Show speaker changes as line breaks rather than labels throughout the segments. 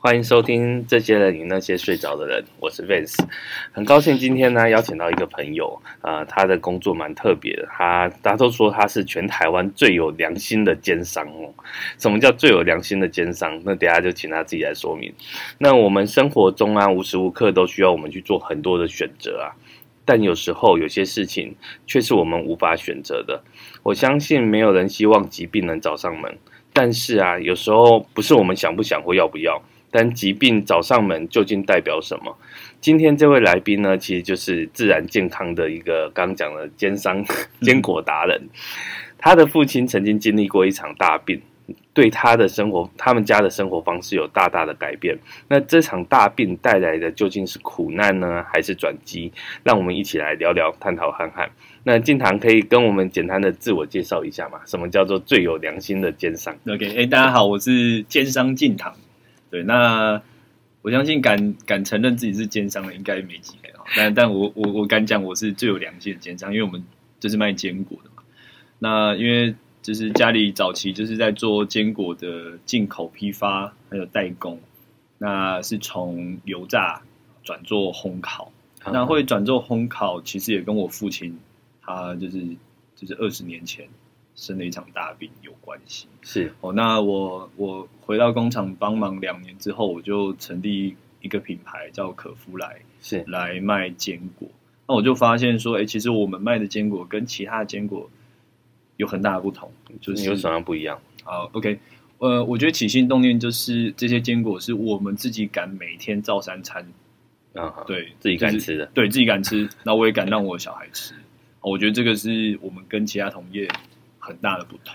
欢迎收听这些人与那些睡着的人，我是 Vance。很高兴今天呢邀请到一个朋友，呃，他的工作蛮特别的，他大家都说他是全台湾最有良心的奸商哦。什么叫最有良心的奸商？那等一下就请他自己来说明。那我们生活中啊，无时无刻都需要我们去做很多的选择啊，但有时候有些事情却是我们无法选择的。我相信没有人希望疾病能找上门，但是啊，有时候不是我们想不想或要不要。但疾病找上门究竟代表什么？今天这位来宾呢，其实就是自然健康的一个刚讲的奸
嗯
商、 坚果达人。他的父亲曾经经历过一场大病，对他的生活、他们家的生活方式有大大的改变。那这场大病带来的究竟是苦难呢，还是转机？让我们一起来聊聊、探讨看看。那静堂可以跟我们简单的自我介绍一下吗？什么叫做最有良心的奸商？
OK，哎、大家好，我是奸商进堂。对，那我相信敢敢承认自己是奸商的，应该没几个人哦。但但我我我敢讲，我是最有良心的奸商，因为我们就是卖坚果的嘛。那因为就是家里早期就是在做坚果的进口批发还有代工，那是从油炸转做烘烤。
嗯
那
啊
会转做烘烤，其实也跟我父亲他就是就是二十年前生了一场大病有关系。
是
哦，那我我回到工厂帮忙两年之后，我就成立一个品牌叫可夫来，
是
来卖坚果。那我就发现说，哎、其实我们卖的坚果跟其他的坚果有很大的不同，就是
有什么不一样？
好，OK，呃，我觉得起心动念就是这些坚果是我们自己敢每天照三餐，
嗯哼，
对，
自己
就
敢
是
吃的，
对自己敢吃，那我也敢让我的小孩吃。哦我觉得这个是我们跟其他同业很大的不同。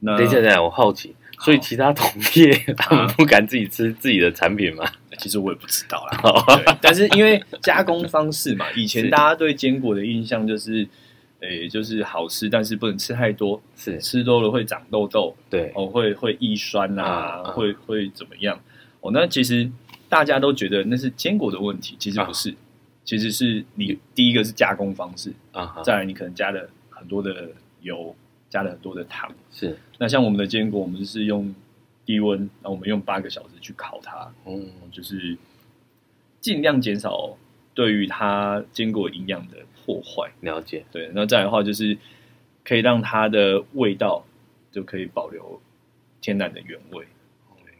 那啊
等一下，等一下，我好奇，所以其他同业他们不敢自己吃自己的产品 吗？
其实我也不知道啦，
好
对， 但是因为加工方式嘛，以前
是
大家对坚果的印象就是，诶、就是好吃，但是不能吃太多，
是，
吃多了会长痘痘，
对，
哦，会会易酸啊，
啊啊
会会怎么样？哦，那其实大家都觉得那是坚果的问题，其实不是，其实是你第一个是加工方式，
啊哈，
再来你可能加了很多的油，加了很多的糖。
是，
那像我们的坚果，我们就是用低温，那我们用八个小时去烤它，
嗯，
就是尽量减少对于它坚果营养的破坏。
了解，
对，那再来的话就是可以让它的味道就可以保留天然的原味。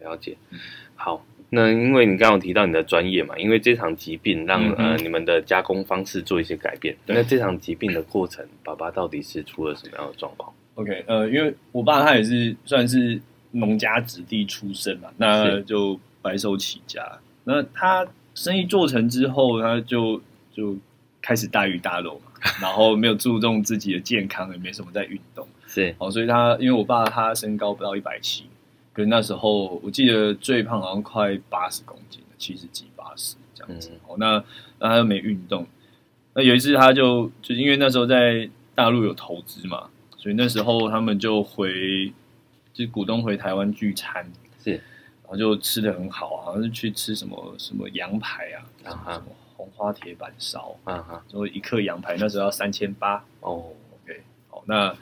了解
嗯。
好，那因为你刚刚有提到你的专业嘛，因为这场疾病让
嗯嗯
呃你们的加工方式做一些改变，
对
那这场疾病的过程，爸爸到底是出了什么样的状况？
OK，呃，因为我爸他也是算是农家子弟出身嘛，那
是
就白手起家。那他生意做成之后，他就就开始大鱼大肉嘛，然后没有注重自己的健康，也没什么在运动。
是
哦，所以他因为我爸他身高不到一百七，可是那时候我记得最胖好像快八十公斤，七十几八十这样子。
嗯
哦，那那他又没运动，那有一次他就就是因为那时候在大陆有投资嘛，所以那时候他们就回就是股东回台湾聚餐，
是，
然后就吃的很好啊，好像是去吃什么什么羊排啊，什
啊
么
哈
什么红花铁板烧，
啊哈，
就一克羊排那时候要三千八。
哦，
OK，好，那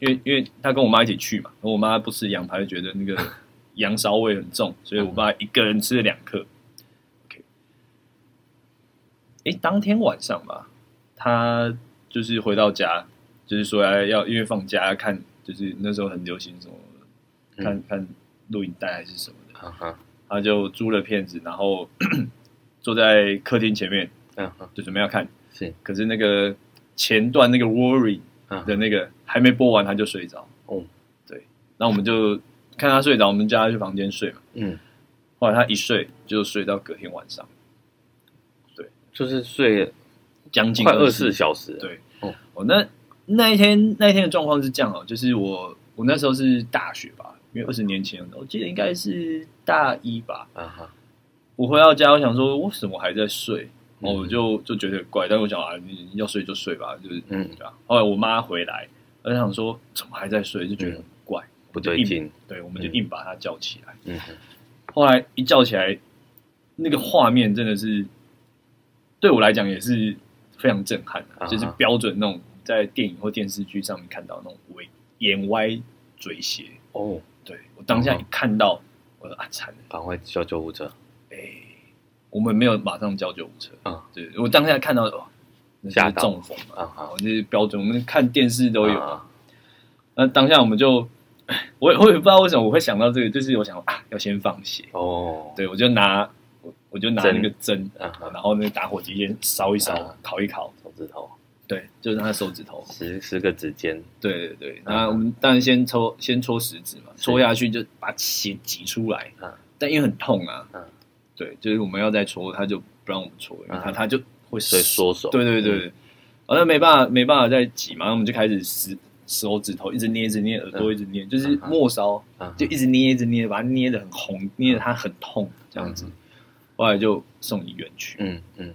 因为因为他跟我妈一起去嘛，然后我妈不吃羊排，就觉得那个羊骚味很重，所以我爸一个人吃了两克。OK，诶，当天晚上吧，他就是回到家，就是说要因为放假看，就是那时候很流行什么，
嗯
看看录影带还是什么的，
啊哈，
他就租了片子，然后 坐在客厅前面
啊哈，
就准备要看，
是，
可是那个前段那个 worry。
啊哈
的，那个还没播完他就睡着，
哦，
那我们就看他睡着，我们叫他去房间睡嘛。
嗯，
后来他一睡就睡到隔天晚上，
就是睡
将近
快二十
24
四小时，
对
哦
哦，那那一天那一天的状况是这样哦，就是我我那时候是大学吧，因为二十年前，我记得应该是大一吧。
啊哈，
我回到家，我想说为什么还在睡？哦，
嗯
我就就觉得怪，但我想啊，你你要睡就睡吧，就是
嗯
对啊。后来我妈回来，我就想说怎么还在睡，就觉得很怪，
嗯不对劲，
对，我们
嗯
就硬把她叫起来。
嗯哼，
后来一叫起来，那个画面真的是对我来讲也是非常震撼、
啊哈
就是标准那种在电影或电视剧上面看到那种微眼歪嘴斜。
哦，啊
对我当下一看到，我我说啊惨了，
赶快叫救护车。
哎、我们没有马上叫救护车
嗯
对我当下看到哦，那就
吓
是
到
中风嘛，
啊好，
哦，就是标准，我们看电视都有。
啊
那当下我们就， 我也我也不知道为什么我会想到这个，就是我想啊，要先放血，
哦，
对我就拿我我就拿
针
那个针，
啊哈，
然后那个打火机先烧一烧，
啊
烤一烤，
手指头
对，就是他手指头，
十十个指尖，
对对对。
啊
那我们当然先抽先戳食指嘛，
是
戳下去就把血挤出来
啊，
但因为很痛啊
啊，
对，就是我们要再戳，他就不让我们戳，因为他
啊
他就会
所以缩手。
对对对，
嗯
对好像没办法没办法再挤嘛，我们就开始撕手指头一直捏一直捏，耳朵一直捏，就是
嗯哼
末梢
啊哈
就一直捏一直捏，把它捏得很红，捏得它很痛这样子
嗯。
后来就送医院去，
嗯嗯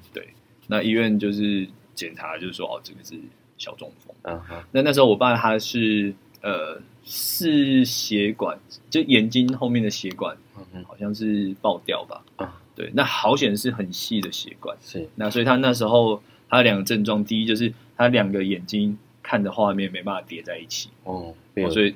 那医院就是检查，就是说哦，这个是小中风。
啊哈
那那时候我爸他是呃是血管，就眼睛后面的血管
嗯嗯
好像是爆掉吧？
啊
对，那好险是很细的血管。
是
那所以他那时候他有两个症状，第一就是他两个眼睛看的画面没办法叠在一起，
哦，
哦
有
所以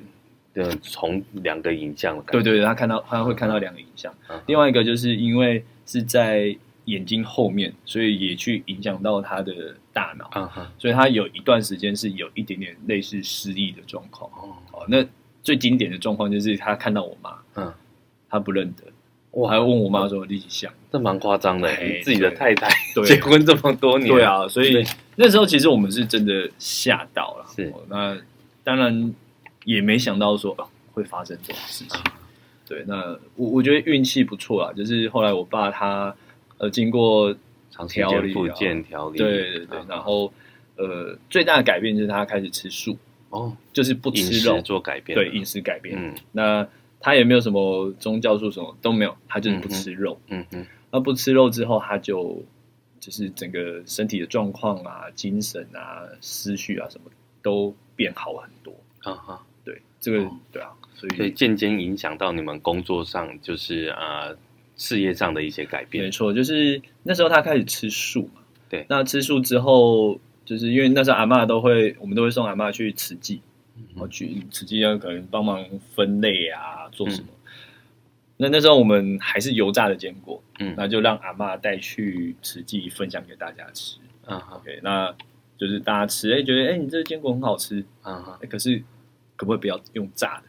有从两个影像的感
对
觉，
对对，他看到他会看到两个影像。
啊哈
另外一个就是因为是在眼睛后面，所以也去影响到他的大脑，
啊哈
所以他有一段时间是有一点点类似失忆的状况。
哦
哦，那最经典的状况就是他看到我妈，
嗯
他不认得，我还
哇，
问我妈说立即像。
这蛮夸张的，
哎
你自己的太太
对啊
结婚这么多年，
对，啊，所以
对
那时候其实我们是真的吓到了。
是
哦那当然也没想到说、哦会发生这种事情。对，那我我觉得运气不错啊，就是后来我爸他呃经过
长时
调
间
理
复
啊
健调理，
对对对，
啊
然后呃最大的改变就是他开始吃素，
哦，
就是不
饮
吃肉
食，做改变，
对饮食改变。
嗯
那他也没有什么宗教术什么都没有，他就是不吃肉。
嗯嗯
那不吃肉之后，他就就是整个身体的状况啊、精神啊、思绪啊什么都变好很多。
啊哈。
对，这个、
哦
对啊，所
所以
以
间接影响到你们工作上，就是呃事业上的一些改
没
变。
错，就是那时候他开始吃素嘛。
对
那吃素之后，就是因为那时候阿嬷都会，我们都会送阿嬷去慈济，然后
嗯
去慈济要可能帮忙分类啊，做什么。那那时候我们还是油炸的坚果，
嗯
那就让阿嬷带去慈济分享给大家吃。
啊哈
OK，那就是大家吃，哎、觉得哎、你这个坚果很好吃，
啊哈
哎可是可不可以不要用炸的？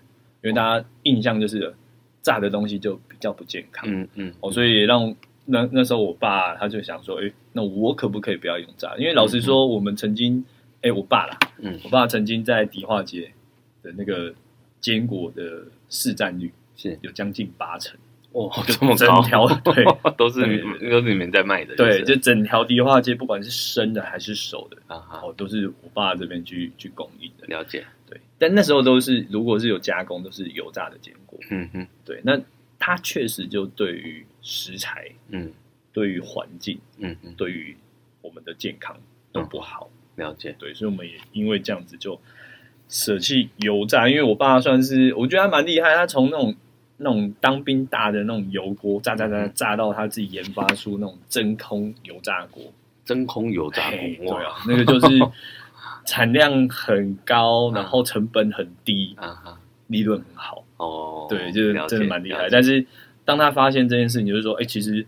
因为大家印象就是炸的东西就比较不健康。
嗯嗯
哦，所以也让那那时候我爸他就想说，哎、那我可不可以不要用炸？因为老实说，我们曾经，哎、我爸啦，
嗯
我爸曾经在迪化街的那个坚果的市占率
是
有将近八成，
哦
就
这么
整
高，
条对
都是
对
你们都是你们在卖的，
对，
是
就整条迪化街，不管是生的还是熟的，
啊哈
哦，都是我爸这边去去供应的。
了解，
对，但那时候都是如果是有加工，都是油炸的坚果。
嗯嗯
对，那它确实就对于食材、
嗯
对于环境
嗯嗯，
对于我们的健康都不好。
了解，
对，所以我们也因为这样子就舍弃油炸，因为我爸算是我觉得他蛮厉害，他从那种那种当兵大的那种油锅炸炸
嗯
炸炸到他自己研发出那种真空油炸锅，
真空油 炸
嘿
锅
对
哇
啊，那个就是 产量很
嗯
高，然后成本很低，
啊哈
利润很好。
哦，
对，就是
了解
真的蛮厉
了
害。
解
但是当他发现这件事情，就是说，哎、其实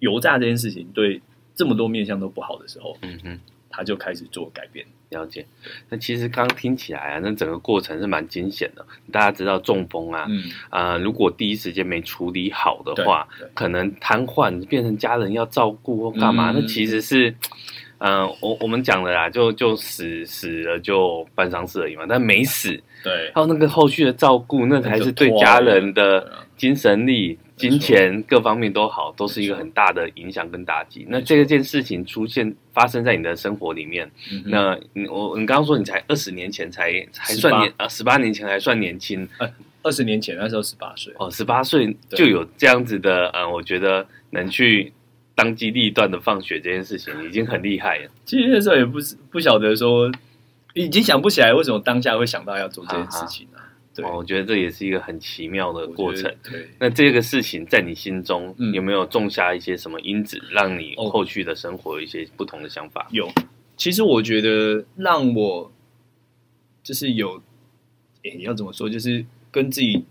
油炸这件事情对这么多面向都不好的时候，
嗯嗯。
他就开始做改变。
了解，那其实刚听起来啊，那整个过程是蛮惊险的。大家知道中风啊，
嗯，
啊、如果第一时间没处理好的
对
话，
对
可能瘫痪，变成家人要照顾或干嘛，
嗯
那其实是，呃，我我们讲的啦，就就死死了就办丧事而已嘛，但没死，
对
还有那个后续的照顾，那才是对家人
对
的
啊
精神力、
嗯错
金钱各方面都好，都是一个很大的影响跟打击。那这件事情出现发生在你的生活里面，
嗯哼
那你我你刚刚说你才二十年前才才算
18
年啊，十八年前还算年轻，
二十年前那时候十八岁，
哦，十八岁
对
就有这样子的，嗯、我觉得能去当机立断的放学这件事情已经很厉害了。
其实那时候也不是不晓得说，已经想不起来为什么当下会想到要做这件事情啊。对，
哦，我觉得这也是一个很奇妙的
我觉得
过程。
对。
那这个事情在你心中、
嗯
有没有种下一些什么因子，让你
哦
后续的生活有一些不同的想法？
有，其实我觉得让我就是有，诶、要怎么说，就是跟自己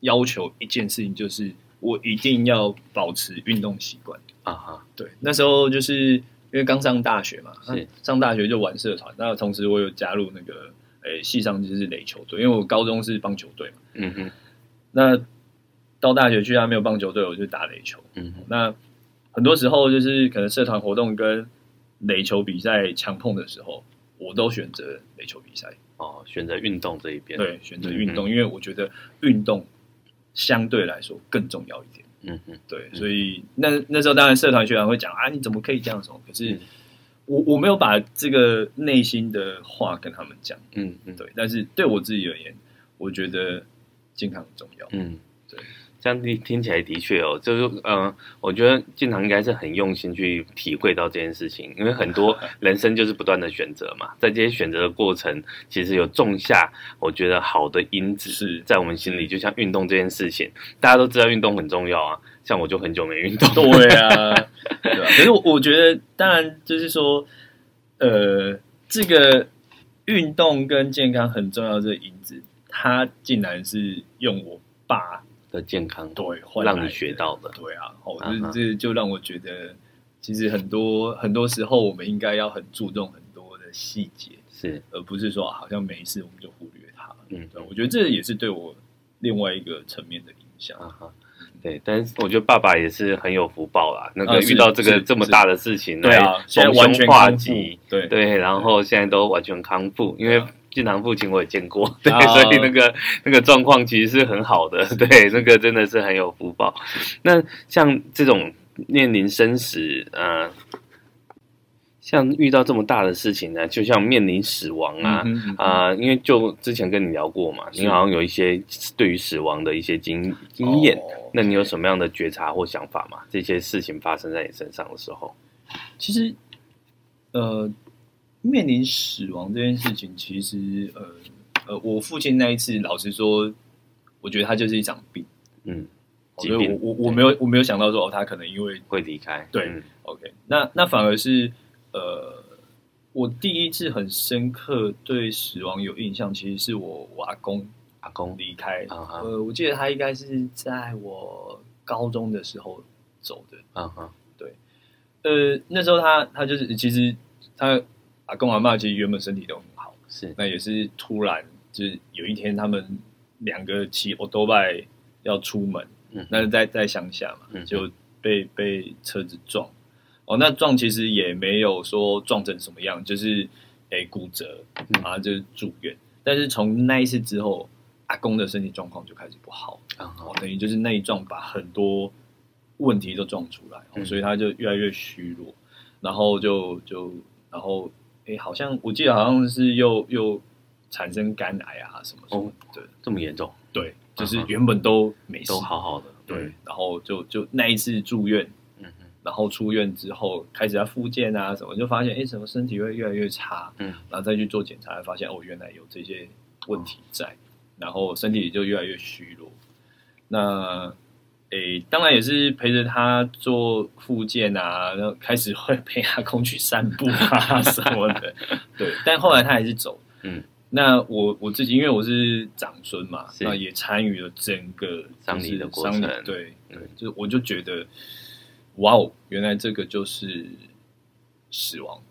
要求一件事情，就是我一定要保持运动习惯。
啊哈，
对，那时候就是因为刚上大学嘛，
是
那上大学就玩社团，那同时我有加入那个诶、系上就是垒球队，因为我高中是棒球队嘛，
嗯哼，
那到大学去啊他没有棒球队，我就打垒球。
嗯哼，
那很多时候就是可能社团活动跟垒球比赛强碰的时候，我都选择垒球比赛，
哦，选择运动这一边，，
对，选择运动，因为我觉得运动相对来说更重要一点。
嗯哼，
对，
嗯
所以那那时候当然社团学长会讲啊，你怎么可以这样什么？可是
嗯
我我没有把这个内心的话跟他们讲，
嗯嗯，
对，但是对我自己而言，我觉得健康很重要，
嗯，
对，
这样听听起来的确哦，就是嗯、呃我觉得进堂应该是很用心去体会到这件事情，因为很多人生就是不断的选择嘛，在这些选择的过程，其实有种下我觉得好的因子
是
在我们心里，就像运动这件事情，大家都知道运动很重要啊，像我就很久没运 动，
对啊，对啊。可是我我觉得，当然就是说，呃，这个运动跟健康很重要的这个因子，它竟然是用我爸
的健康，
对换来
让
的
你学到的，
对啊，哦，
嗯哼
这这就让我觉得，其实很多很多时候我们应该要很注重很多的细节，
是，
而不是说啊好像没事我们就忽略它。
嗯，
对，我觉得这也是对我另外一个层面的影响。
啊哈，对，但是我觉得爸爸也是很有福报啦，能够
啊
遇
是
到这个
是
这么
是
大的事情，
对啊，现在完全
化
康复
解。
对
对，然后现在都完全康复，因为
啊
俊堂父亲我也见过，对，
啊
所以那个那个状况其实是很好的，对，那个真的是很有福报。那像这种面临生死，呃，像遇到这么大的事情呢，就像面临死亡啊，
嗯哼嗯哼
啊、因为就之前跟你聊过嘛，
是
你好像有一些对于死亡的一些经经验，
哦
那你有什么样的觉察或想法吗？这些事情发生在你身上的时候，
其实，呃，面临死亡这件事情，其实呃呃，我父亲那一次，老实说，我觉得他就是一场病，
嗯，疾
所以哦我
病
我我没有我没有想到说哦，他可能因为
会离开，
对
嗯
OK，那那反而是呃，我第一次很深刻对死亡有印象，其实是我我阿公
阿公
离开，
啊哈
呃，我记得他应该是在我高中的时候走的，
啊哈，
呃，那时候他他就是其实他阿公阿嬷其实原本身体都很好，
是
那也是突然就是有一天他们两个骑 o t o b i 要出门，
嗯
那是在在乡下嘛，
嗯
就被被车子撞。哦，那撞其实也没有说撞成什么样，就是诶、骨折
嗯
啊，就是住院。但是从那一次之后，阿公的身体状况就开始不好。
啊
哦
哈，，
等于就是那一撞把很多问题都撞出来，哦
嗯
所以他就越来越虚弱，然后就就然后诶，好像我记得好像是又又产生肝癌啊什么什么
哦
的，
这么严重，
对，就是
嗯哼
原本都没事，
都好嗯好的，
对，，然后就就那一次住院，
嗯嗯
然后出院之后开始要复健啊什么，就发现诶，什么身体会越来越差，
嗯
然后再去做检查，发现哦，原来有这些问题在，然后身体就越来越虚弱。那诶，当然也是陪着他做复健啊，然后开始会陪阿公去散步啊什么的，对。但后来他还是走。
嗯，
那我我自己因为我是长孙嘛，
是
那也参与了整个就是
丧礼的过
丧礼
程
对对
嗯，
就是我就觉得，哇哦，原来这个就是死亡。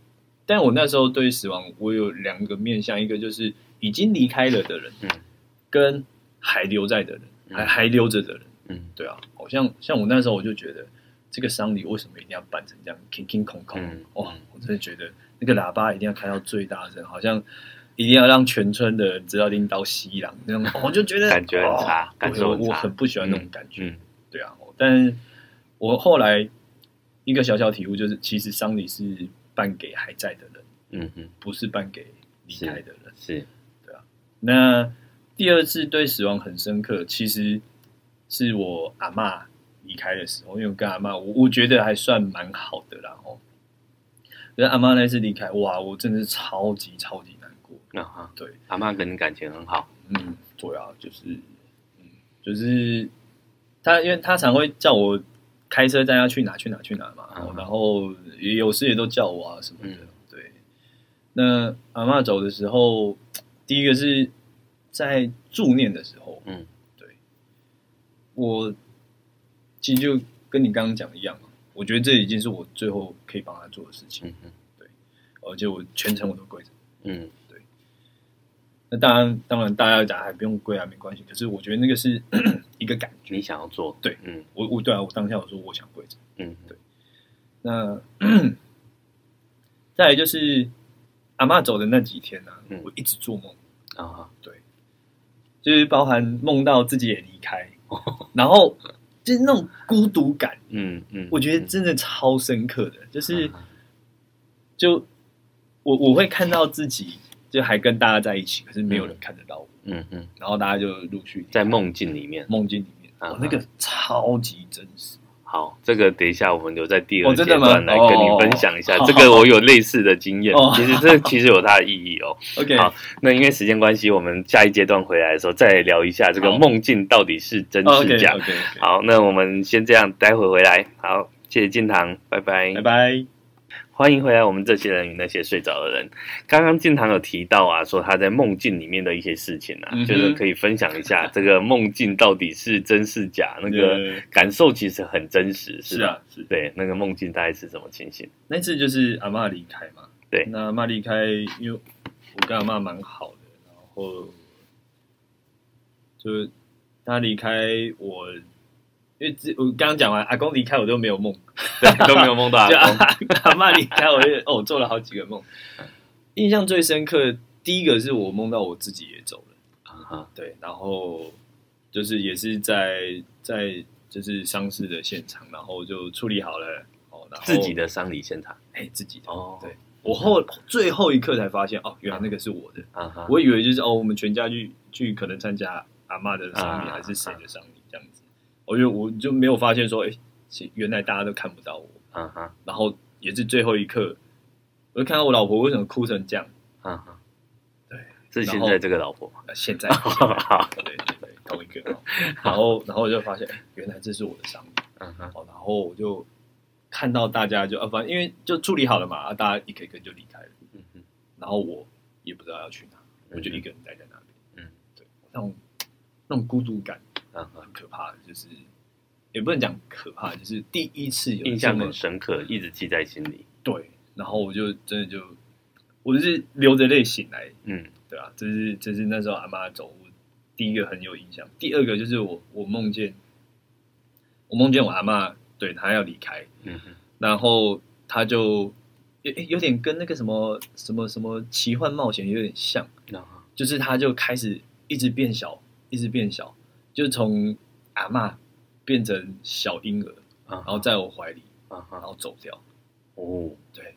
但我那时候对死亡，我有两个面向，一个就是已经离开了的人，
嗯
跟还留在的人，还
嗯
还留着的人，
嗯
对啊，好像像我那时候我就觉得，这个丧礼为什么一定要办成这样，空空空空？
嗯
哇，我真的觉得那个喇叭一定要开到最大声，好像一定要让全村的人知道拎刀西郎那种，哦我就觉得
感觉很差
哦
感受很
对我我
差
很不喜欢那种感觉。
嗯
对啊，哦但我后来一个小小体悟就是，其实丧礼是办给还在的人，
嗯嗯，
不是办给离开的人。
是
那第二次对死亡很深刻，其实是我阿嬷离开的时候，因为我跟阿嬷，我我觉得还算蛮好的啦哦。可是阿嬷那次离开，哇，我真的是超级超级难过。
啊哈，
对，
阿妈跟你感情很好，
嗯，对啊，就是，嗯，就是他，因为他常会叫我开车带他去哪去哪去哪嘛，
嗯
然后也有时也都叫我啊什么的。
嗯
对，那阿嬷走的时候，第一个是在助念的时候，
嗯，
对，我其实就跟你刚刚讲的一样嘛，我觉得这已经是我最后可以帮他做的事情，
嗯嗯
而且我全程我都跪着。
嗯
那当然，当然大家讲还不用跪啊，没关系。可是我觉得那个是 一个感觉，
你想要做
对，
嗯
我我对啊，我当下我说我想跪着。
嗯
对那 再来就是阿嬷走的那几天呢、啊
嗯，
我一直做梦，
啊，
就是包含梦到自己也离开，
哦
然后就是那种孤独感，
嗯嗯，
我觉得真的超深刻的，就是就我我会看到自己就还跟大家在一起，可是没有人看得到我，
嗯嗯，
然后大家就陆续
在梦境里面。
梦境里面，
啊
哦，那个超级真实，
好，这个等一下我们留在第二
哦
阶
真的吗
段来跟你
哦
分享一下。
好
这个我有类似的经验
哦，
其实这其实有它的意义哦。
OK，
好那因为时间关系，我们下一阶段回来的时候再来聊一下这个
好
梦境到底是真是
OK
假。
OK，
好，那我们先这样，待会回来。好，谢谢进堂，拜拜，
拜拜。
欢迎回来。我们这些人与那些睡着的人，刚刚进堂有提到啊，说他在梦境里面的一些事情啊，
嗯哼
就是可以分享一下这个梦境到底是真是假，那个
呃
感受其实很真实，
是
吧？
啊，是
对，那个梦境大概是什么情 形？
那次就是阿嬷离开嘛，
对
那阿嬷离开，因为我跟阿嬷蛮好的，然后就是她离开我，因为之我刚刚讲完阿公离开我都没有梦，
对， 都没有梦到阿
就阿
公。
阿嬷离开我就哦做了好几个梦，印象最深刻的第一个是我梦到我自己也走了，
啊
对，然后就是也是在在就是丧事的现场，然后就处理好了哦，然后
自己的丧礼现场
哎、自己的
哦
对我后最后一刻才发现，哦，原来那个是我的。
啊哈，
我以为就是哦，我们全家去去可能参加阿嬷的丧礼
啊
还是谁的丧礼这样子，我就我就没有发现说，哎、是原来大家都看不到我。
啊哈
然后也是最后一刻，我就看到我老婆为什么哭成这样。
啊哈，
对，
是
嗯然
现
后
在这个老婆吗？
呃现在
好，
对对对，同一个。哦然后然后我就发现，哎原来这是我的丧礼。
嗯哼，
哦，然后我就看到大家就啊，反正因为就处理好了嘛，啊，大家一个一个就离开了。
嗯哼
然后我也不知道要去哪，我就一个人待在那里。
嗯，
对，那种那种孤独感
嗯哼，
很可怕，就是也不能讲可怕，就是第一次有
印象
这么
很深刻，一直记在心里。
对，然后我就真的就我就是流着泪醒来，
嗯
对啊，这是这是那时候阿妈走，我第一个很有印象，第二个就是我我梦见我梦见我阿妈，对她要离开，
嗯哼
然后她就。有有点跟那个什么什么什么奇幻冒险有点像，
然后
就是他就开始一直变小，一直变小，就从阿嬷变成小婴儿，
然
然后在我怀里，
啊哈
然后走掉。
哦，
对，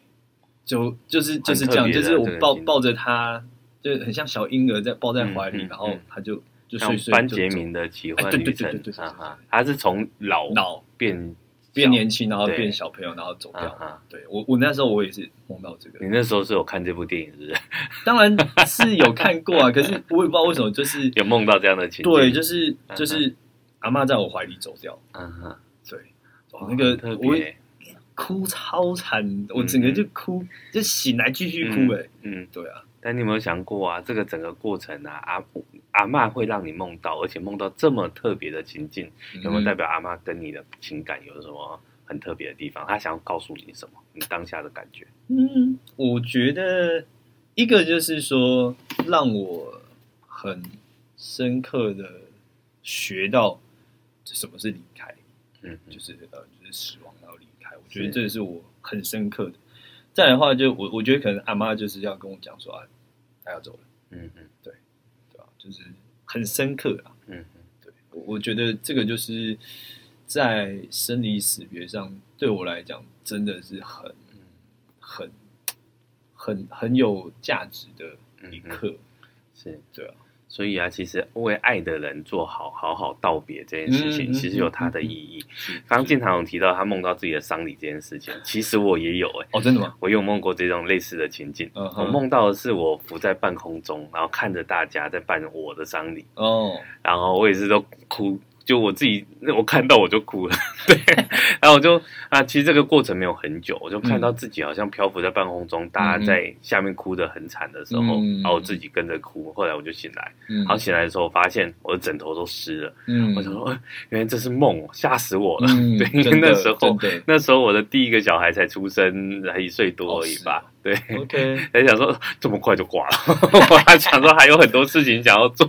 就就是就是这
蛮特
样，
别
就
的
是我
这个
抱
经历
抱着他，就很像小婴儿在抱在怀里，
嗯嗯
然后
嗯
他就就
像
睡睡
班
就
杰
走
明的奇幻
哎对
旅
对对
程
对对，对
啊哈，他是从老
老
变
变
小
年轻，然后
对
变小朋友，然后走
啊
掉。
哈。
对我，我那时候我也是梦到这个
你，那时候是有看这部电影，是不 是？
当然是有看过啊，可是我也不知道为什么，就是
有梦到这样的情景？
对，就是
嗯
就是阿嬷在我怀里走掉，
嗯哼，
对，哦
哇
那个
很特
我
别，
哭超惨，我整个就哭，就醒来继续哭、哎、
嗯。
对啊，
但你有没有想过啊？这个整个过程啊，阿阿嬷会让你梦到，而且梦到这么特别的情境，有没有代
嗯
表阿嬷跟你的情感有什么很特别的地方？她想要告诉你什么？你当下的感觉？
嗯，我觉得一个就是说，让我很深刻的学到什么是离开，
嗯哼，
就是呃，就是死亡然后离开。我觉得
是
这是我很深刻的。再来的话就，我我觉得可能阿妈就是要跟我讲说啊，她要走了，
嗯哼，
对吧、就是很深刻啊。
嗯哼。
对，我我觉得这个就是在生离死别上，对我来讲真的是很、
嗯
很、很、很有价值的
嗯
一刻。
是，
对啊。
所以啊，其实为爱的人做好好好道别这件事情，
嗯嗯
其实有它的意义。
是
刚刚建堂有提到他梦到自己的丧礼这件事情，其实我也有哎、
哦，真的吗？
我有梦过这种类似的情境。
嗯
我
哼，
梦到的是我浮在半空中，然后看着大家在办我的丧礼，
哦，
然后我也是都哭，就我自己那我看到我就哭了， 对，然后我就啊，其实这个过程没有很久，我就看到自己好像漂浮在半空中，大家在下面哭得很惨的时候，
嗯
然后我自己跟着哭，后来我就醒来，
嗯
然后醒来的时候发现我的枕头都湿了，
嗯
我想说、呃原来这是梦哦，吓死我了，
嗯
对，因为
真的
那时候
真的
那时候我的第一个小孩才出生，才一岁多而已吧，
哦
对。
OK，
还想说这么快就挂了， 我还想说还有很多事情想要做，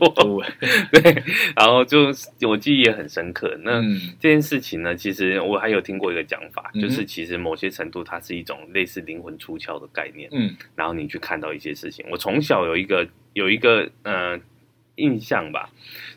对，然后就我记忆也很深刻。那
嗯
这件事情呢，其实我还有听过一个讲法，
嗯哼
就是其实某些程度它是一种类似灵魂出窍的概念，
嗯
然后你去看到一些事情。我从小有一个有一个呃印象吧，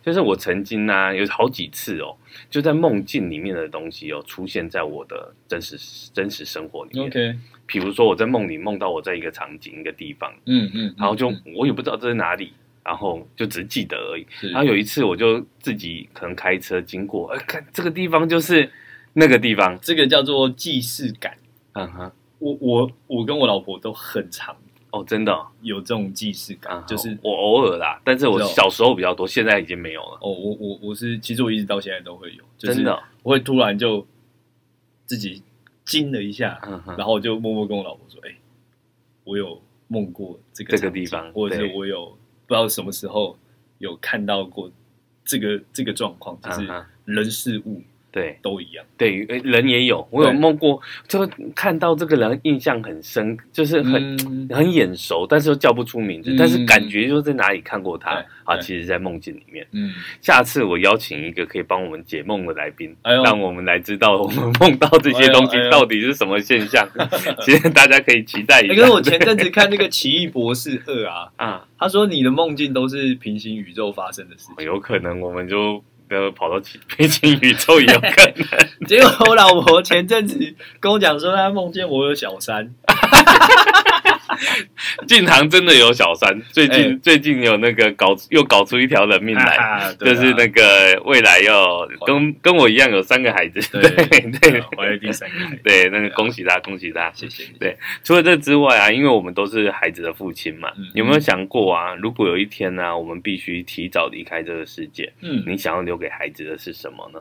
就是我曾经呢、有好几次哦，就在梦境里面的东西哦出现在我的真实真实生活里面。
，OK，嗯
比如说我在梦里梦到我在一个场景一个地方，
嗯嗯，
然后就
嗯
我也不知道这是哪里。然后就只记得而已，
是
然后有一次我就自己可能开车经过，哎、看这个地方就是那个地方，
这个叫做既视感。
嗯哼，
我我我跟我老婆都很常
哦，真的哦、
有这种既视
嗯
感
哼，
就是
我偶尔啦，但是我
啊是哦
小时候比较多，现在已经没有了，
哦，我我我是其实我一直到现在都会有，就
真
是
的哦，
我会突然就自己惊了一下，
嗯哼，
然后我就默默跟我老婆说：“哎、我有梦过这个
这个
场景
地方
或者是
对
我有不知道什么时候有看到过这个这个状况，就是
嗯哼，
人事物
对
都一样。
对，诶人也有，我有
对
梦过，就看到这个人印象很深，就是很、
嗯
很眼熟，但是又叫不出名字，
嗯
但是感觉就是在哪里看过他
对
啊，
对
其实在梦境里面。
嗯，
下次我邀请一个可以帮我们解梦的来宾，
哎呦
让我们来知道我们梦到这些东西
哎呦哎呦
到底是什么现象。 其实大家可以期待一下。
欸、可是我前阵子看那个《奇异博士二》啊，
啊，
他说你的梦境都是平行宇宙发生的事情，
有可能我们就呃跑到其 平行宇宙也有可能。
结果我老婆前阵子跟我讲说，她梦见我有小三，
晋堂真的有小三，最近、
哎
最近有那个搞又搞出一条人命来。
啊 对
就
啊哦
是那个未来要跟跟我一样有三个孩子，
对
对
啊怀了第三个孩子，
对，那个恭喜他，恭喜他！
谢谢你，
对除了这之外啊，因为我们都是孩子的父亲嘛，
嗯
有没有想过啊？如果有一天呢、我们必须提早离开这个世界，
嗯，
你想要留给孩子的是什么呢？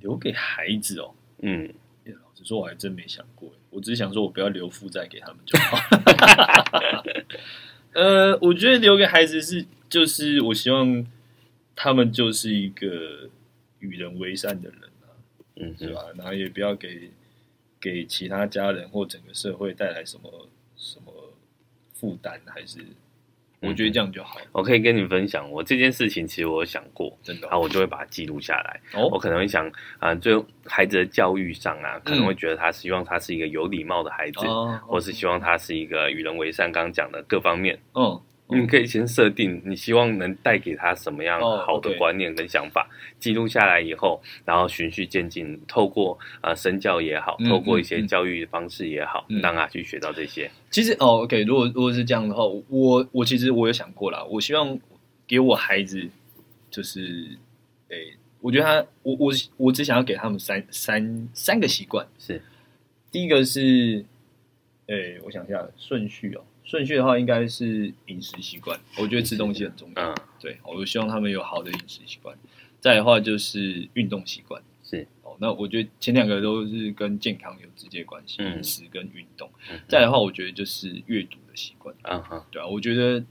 留给孩子哦。
嗯，
欸老实说，我还真没想过，欸我只是想说我不要留负债给他们就好。 呃，我觉得留给孩子是，就是我希望他们就是一个与人为善的人啊，
嗯
是
哼，
吧？然后也不要给给其他家人或整个社会带来什么什么负担，还是我
嗯
觉得这样就好，
我可以跟你分享，我这件事情其实我有想过，
真的
然后我就会把它记录下来。我
哦，
可能会想啊、最后孩子的教育上啊，可能
嗯
会觉得他希望他是一个有礼貌的孩子，
哦
或是希望他是一个与人为善，刚刚讲的各方面。
嗯
你可以先设定你希望能带给他什么样
哦
好的
OK
观念跟想法，记录下来以后，然后循序渐进，透过呃身教也好，
嗯
透过一些
嗯嗯
教育方式也好，
嗯
让他去学到这些。
其实哦，OK，如果如果是这样的话，我我其实我有想过啦，我希望给我孩子，就是，诶、我觉得他，我我我只想要给他们三三三个习惯。
是，
第一个是，诶、我想一下顺序哦，顺序的话应该是饮食习惯，我觉得吃东西很重要。
嗯，
对，哦我希望他们有好的饮食习惯。再来的话就是运动习惯，
是嗯
哦，那我觉得前两个都是跟健康有直接关系，
嗯
饮食跟运动。
嗯
再来的话，我觉得就是阅读的习惯，
嗯哼，
对啊，我觉得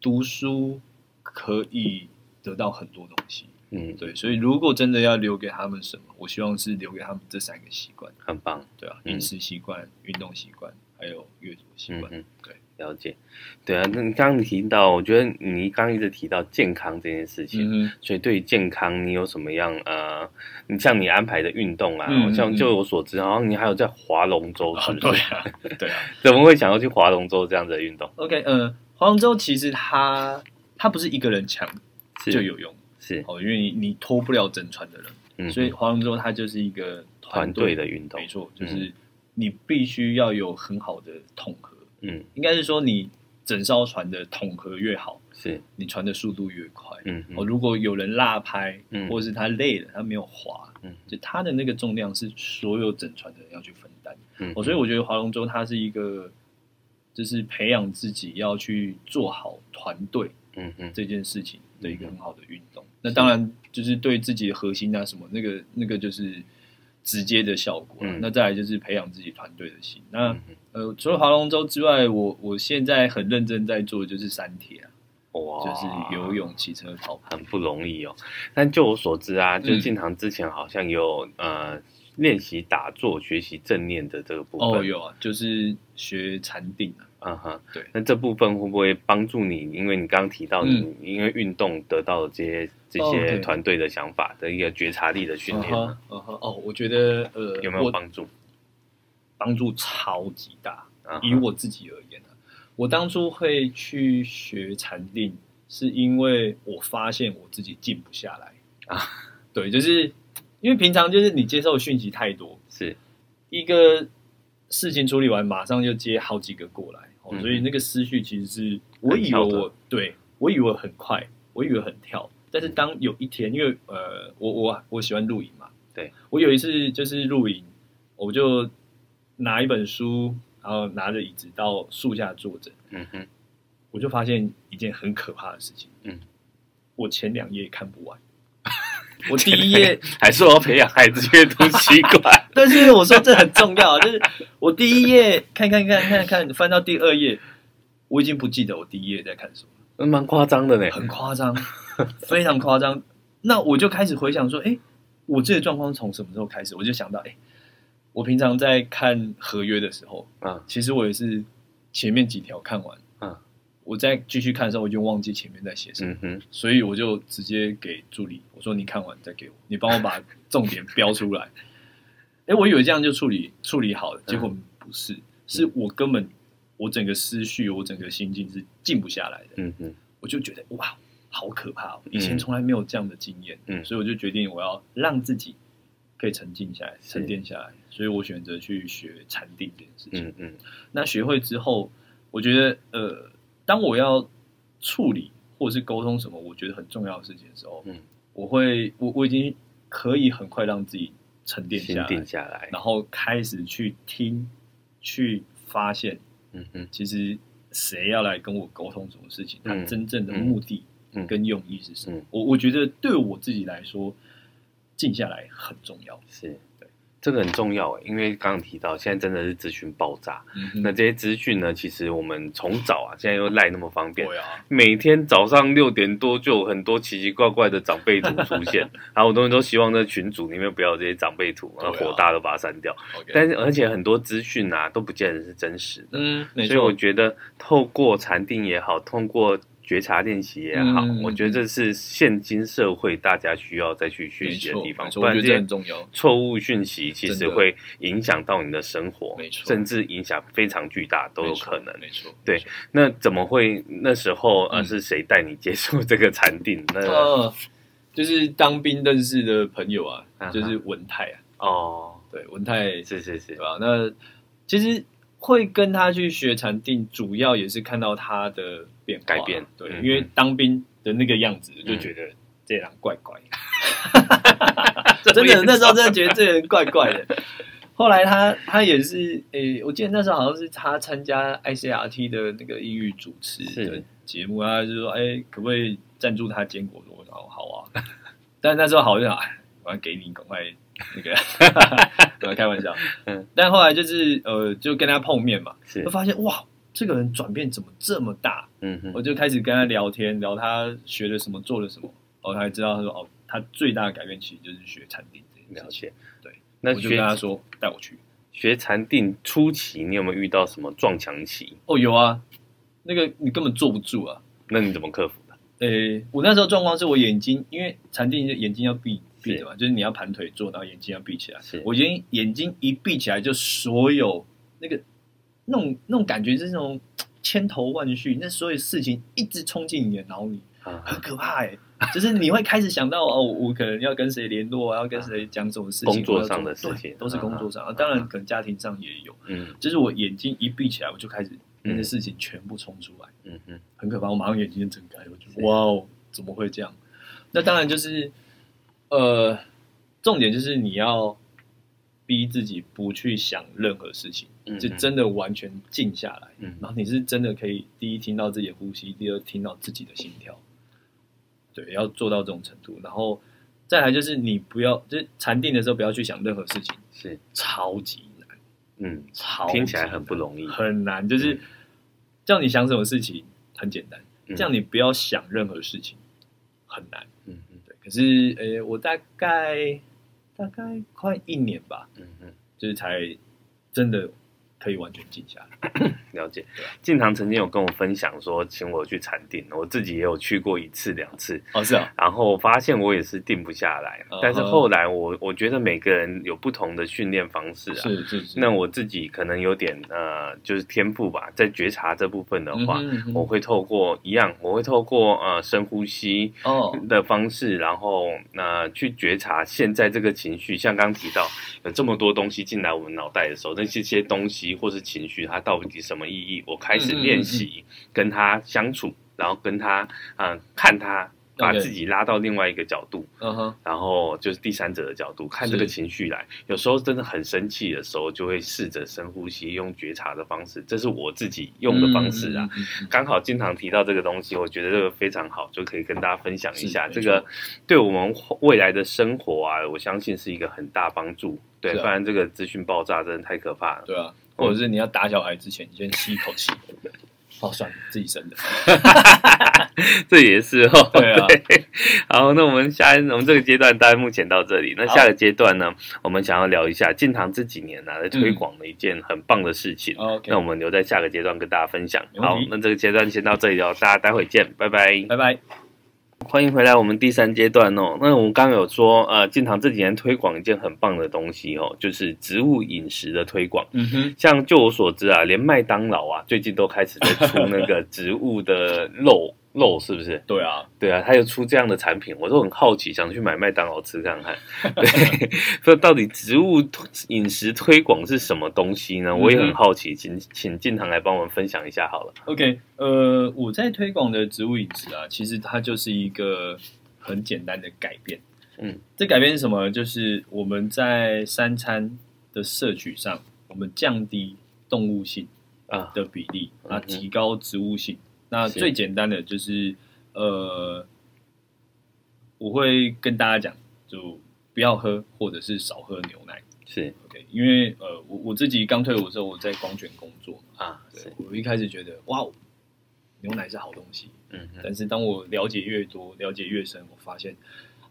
读书可以得到很多东西，
嗯，
对，所以如果真的要留给他们什么，我希望是留给他们这三个习惯，
很棒，
对啊，
嗯
饮食习惯、运动习惯，还有阅读习
嗯
惯，
嗯，
对，
了解。对啊，那你刚刚提到，我觉得你刚刚一直提到健康这件事情，
嗯哼，
所以对于健康，你有什么样呃，你像你安排的运动啊，
嗯
我像
嗯
就我所知，好像你还有在划龙舟，是
啊，
不
对
是？
啊，对啊。
怎么会想要去划龙舟这样子的运动？
OK，呃，黄州其实它它不是一个人强
是
就有用
是，
哦，因为你你脱不了整船的人，
嗯，
所以黄州它就是一个
团队
队
的嗯运动
没，错，就是你必须要有很好的统合，
嗯，
应该是说你整艘船的统合越好，
是，
你船的速度越快。
嗯
哦，
嗯
如果有人落拍，
嗯
或者是他累了，他没有划，
嗯
就他的那个重量是所有整船的人要去分担。
嗯，
哦，所以我觉得划龙舟它是一个，就是培养自己要去做好团队
嗯嗯，
这件事情的一个很好的运动。那当然就是对自己的核心啊什么，那个那个就是直接的效果啊、
嗯
那再来就是培养自己团队的心。那、
嗯
呃，除了划龙舟之外，我我现在很认真在做的就是三铁啊，
哇，
就是游泳、骑车、跑步。
很不容易哦。但就我所知啊，就是
嗯
进堂之前好像有、呃练习打坐、学习正念的这个部分。
哦，有啊，就是学禅定啊。
嗯哼，
对
那这部分会不会帮助你？因为你刚刚提到你、因为运动得到的这些这
嗯哦
些
对
团队的想法的一个觉察力的训练
嗯
呢，
哼嗯哼哦，我觉得呃，
有没有
我
帮助？
帮助超级大。
嗯哼
以我自己而言啊，我当初会去学禅定，是因为我发现我自己静不下来
啊。
对，就是因为平常就是你接受讯息太多，
是，
一个事情处理完，马上就接好几个过来，哦
嗯
所以那个思绪其实是我以为
很跳
我对我以为很快，我以为很跳，但是当有一天，因为呃，我我我喜欢露营嘛，
对
我有一次就是露营，我就拿一本书，然后拿着椅子到树下坐着，
嗯哼，
我就发现一件很可怕的事情，
嗯，
我前两页看 不完，我第一页。
还是我培养孩子阅读习惯
但是我说这很重要， 就是我第一页看看看看看，翻到第二页，我已经不记得我第一页在看什么，
嗯蛮夸张的呢，
很夸张，非常夸张。那我就开始回想说，哎、我这个状况从什么时候开始？我就想到，哎、我平常在看合约的时候，
嗯
其实我也是前面几条看完，
嗯，
我再继续看的时候，我就忘记前面在写什么。
嗯哼，
所以我就直接给助理我说：“你看完再给我，你帮我把重点标出来。”哎，我以为这样就处理处理好了，结果
嗯
不是，是我根本我整个思绪，我整个心境是静不下来的。
嗯哼，
我就觉得哇，好可怕、哦！
嗯
以前从来没有这样的经验，
嗯
所以我就决定我要让自己可以沉静下来、
是
沉淀下来，所以我选择去学禅定这件事情。
嗯嗯
那学会之后，我觉得呃，当我要处理或者是沟通什么，我觉得很重要的事情的时候，
嗯，
我会我我已经可以很快让自己沉淀
先
下来
定，下来。
然后开始去听，去发现，
嗯哼，
其实谁要来跟我沟通什么事情，他
嗯
真正的目的
嗯
跟用意是什么？
嗯
我我觉得对我自己来说，静下来很重要。
是
对，
这个很重要诶，因为刚刚提到现在真的是资讯爆炸，
嗯
那这些资讯呢，其实我们从早啊，现在又赖那么方便，
对啊，
每天早上六点多就有很多奇奇怪怪的长辈图出现， 然后我们都希望那群组里面不要有这些长辈图，然后
对啊
火大都把它删掉。
OK
但是而且很多资讯啊都不见得是真实的，
嗯，没
所以我
错，
觉得透过禅定也好，通过觉察练习也好，
嗯
我觉得这是现今社会大家需要再去学
没
习的
错，
地方
没，错
不
我
然
觉
这
得这
些
很重要。
错误讯息其实
真的
会影响到你的生活
没，错
甚至影响非常巨大都有
没错
可能。
没错，
对
没错。
那怎么会那时候呃
嗯
是谁带你接触这个禅定？那
呃，就是当兵认识的朋友啊
啊哈，
就是文泰啊，
哦，
对，文泰
是是是
对，吧？那其实会跟他去学禅定，主要也是看到他的变化啊
改变
对，
嗯
因为当兵的那个样子，就觉得这人怪怪的， 真的那时候真的觉得这人怪怪的。后来他他也是，诶、我记得那时候好像是他参加 ICRT 的那个英语主持的
是
节目，他就说，哎、可不可以赞助他坚果我说哦，好啊。 但那时候好像，哎，我要给你，赶快那个， 对吧？开玩笑。
嗯
嗯，但后来就是呃，就跟他碰面嘛，
是
就发现哇，这个人转变怎么这么大？
嗯哼
我就开始跟他聊天，聊他学了什么，做了什么，哦，才知道他说哦，他最大的改变其实就是学禅定这件
了
事情。
解。
对，
那
我就跟
学
他说带我去。
学禅定初期，你有没有遇到什么撞墙期？
哦，有啊，那个你根本坐不住啊。
那你怎么克服的？
诶、我那时候状况是我眼睛，因为禅定眼睛要闭闭着嘛，就是你要盘腿坐，然后眼睛要闭起来。
是
我眼睛眼睛一闭起来，就所有那个那种那种感觉是那种嘖千头万绪，那所有事情一直冲进你的脑里，
啊
很，可怕哎、就是你会开始想到哦，我可能要跟谁联络啊，要跟谁讲什么事情，
工作上的
我要做
事情
对都是工作上，啊、当然可能家庭上也有。
嗯
就是我眼睛一闭起来，我就开始那些事情全部冲出来。
嗯哼，
很可怕，我马上眼睛睁开，我觉
是
得哇哦，怎么会这样？那当然就是，呃，重点就是你要逼自己不去想任何事情，
嗯
是真啊的完全静下来，
嗯
然后你是真的可以第一听到自己的呼吸，第二听到自己的心跳，对，要做到这种程度。然后再来就是你不要，就是禅定的时候不要去想任何事情，
是
超级难，
嗯，
超级
听起来很不容易，
很难，就是
嗯
叫你想什么事情很简单，
嗯
叫你不要想任何事情很难。
嗯嗯
对，可是呃、我大概大概快一年吧，
嗯嗯，
就是才真的可以完全静下来。
了解
对啊。
静堂曾经有跟我分享说，请我去禅定，我自己也有去过一次两次，
哦，是啊，
然后发现我也是定不下来
嗯哼。
但是后来我我觉得每个人有不同的训练方式啊，
是是是。
那我自己可能有点呃，就是天赋吧，在觉察这部分的话，
嗯哼嗯哼
我会透过一样，我会透过呃深呼吸
哦，
的方式，然后呃去觉察现在这个情绪，像刚提到有这么多东西进来我们脑袋的时候，那这些东西或是情绪它到底什么意义？我开始
嗯嗯嗯
练习跟它相处，然后跟它呃看它，把
OK
自己拉到另外一个角度。
嗯哼，
然后就是第三者的角度看这个
是
情绪来。有时候真的很生气的时候，就会试着深呼吸，用觉察的方式，这是我自己用的方式啊。
嗯。嗯嗯嗯
刚好经常提到这个东西，我觉得这个非常好，就可以跟大家分享一下。这
是没错
个对我们未来的生活啊，我相信是一个很大帮助。对，
是啊
不然这个资讯爆炸真的太可 怕了。
对啊，或者是你要打小孩之前，你先吸一口 气。哦，算了，自己生的。
这也是哦，
对啊
对 好，那我们下一我们这个阶段大概目前到这里。那
好
下个阶段呢，我们想要聊一下进堂这几年呢、啊在推广的一件很棒的事情。
嗯哦
嗯
OK，
那我们留在下个阶段跟大家分享。
没问
好
题，
那这个阶段先到这里哦，大家待会见，拜拜。
拜拜。
欢迎回来，我们第三阶段哦。那我们刚刚有说，呃，进堂这几年推广一件很棒的东西哦，就是植物饮食的推广。
嗯哼，
像就我所知啊，连麦当劳啊，最近都开始在出那个植物的肉肉，是不是？
对啊，
对啊，他又出这样的产品，我都很好奇，想去买麦当劳吃看看。对，说到底植物推饮食推广是什么东西呢？我也很好奇，请请进堂来帮我们分享一下好了。
OK，呃，我在推广的植物饮食啊，其实它就是一个很简单的改变。
嗯，
这改变是什么？就是我们在三餐的摄取上，我们降低动物性
啊，
的比例，
嗯
啊，
哼
提高植物性。那
是
最简单的就是，呃，我会跟大家讲，就不要喝或者是少喝牛奶。
是
OK，因为呃，我我自己刚退伍的时候，我在光泉工作嘛，
啊，
对
是，
我一开始觉得哇哦，牛奶是好东西，
嗯嗯，
但是当我了解越多、了解越深，我发现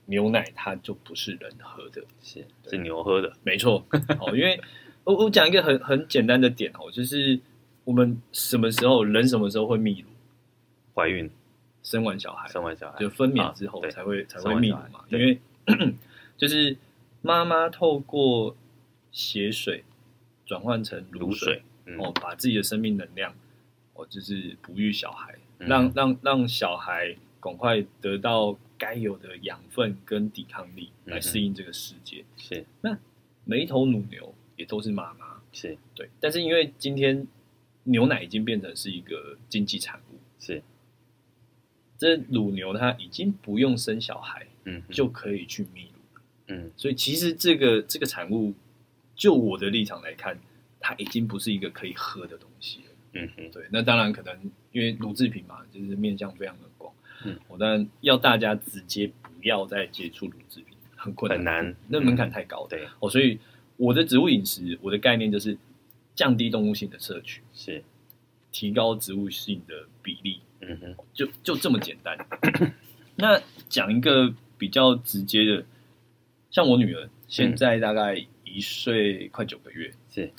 牛奶它就不是人喝的。
是是牛喝的，
没 错，哦，因为我我讲一个很很简单的点哦，就是我们什么时候人什么时候会泌乳？
怀孕
生完小孩
生完小孩
就分
啊
娩之后
对
才会、才
生
会
完
泌
小
乳
孩
嘛，因
对
为 就是妈妈透过血水转换成
卤
乳
水，嗯
哦，把自己的生命能量，哦，就是哺育小孩，
嗯
让让让小孩赶快得到该有的养分跟抵抗力，
嗯哼
来适应这个世界。
是
每一头乳牛也都是妈妈，
是
对。但是因为今天牛奶已经变成是一个经济产物，
是，
这乳牛它已经不用生小孩
嗯嗯
就可以去泌乳，
嗯
所以其实这个这个产物，就我的立场来看，它已经不是一个可以喝的东西了。
嗯嗯
对，那当然可能因为乳制品嘛，就是面向非常的广。
嗯，
我当然要大家直接不要再接触乳制品，很困难，
很难嗯
那门槛太高。
对
哦，所以我的植物饮食，我的概念就是降低动物性的摄取，
是
提高植物性的比例，
嗯嗯
就就这么简单。那讲一个比较直接的，像我女儿现在大概一岁快九个月，
嗯是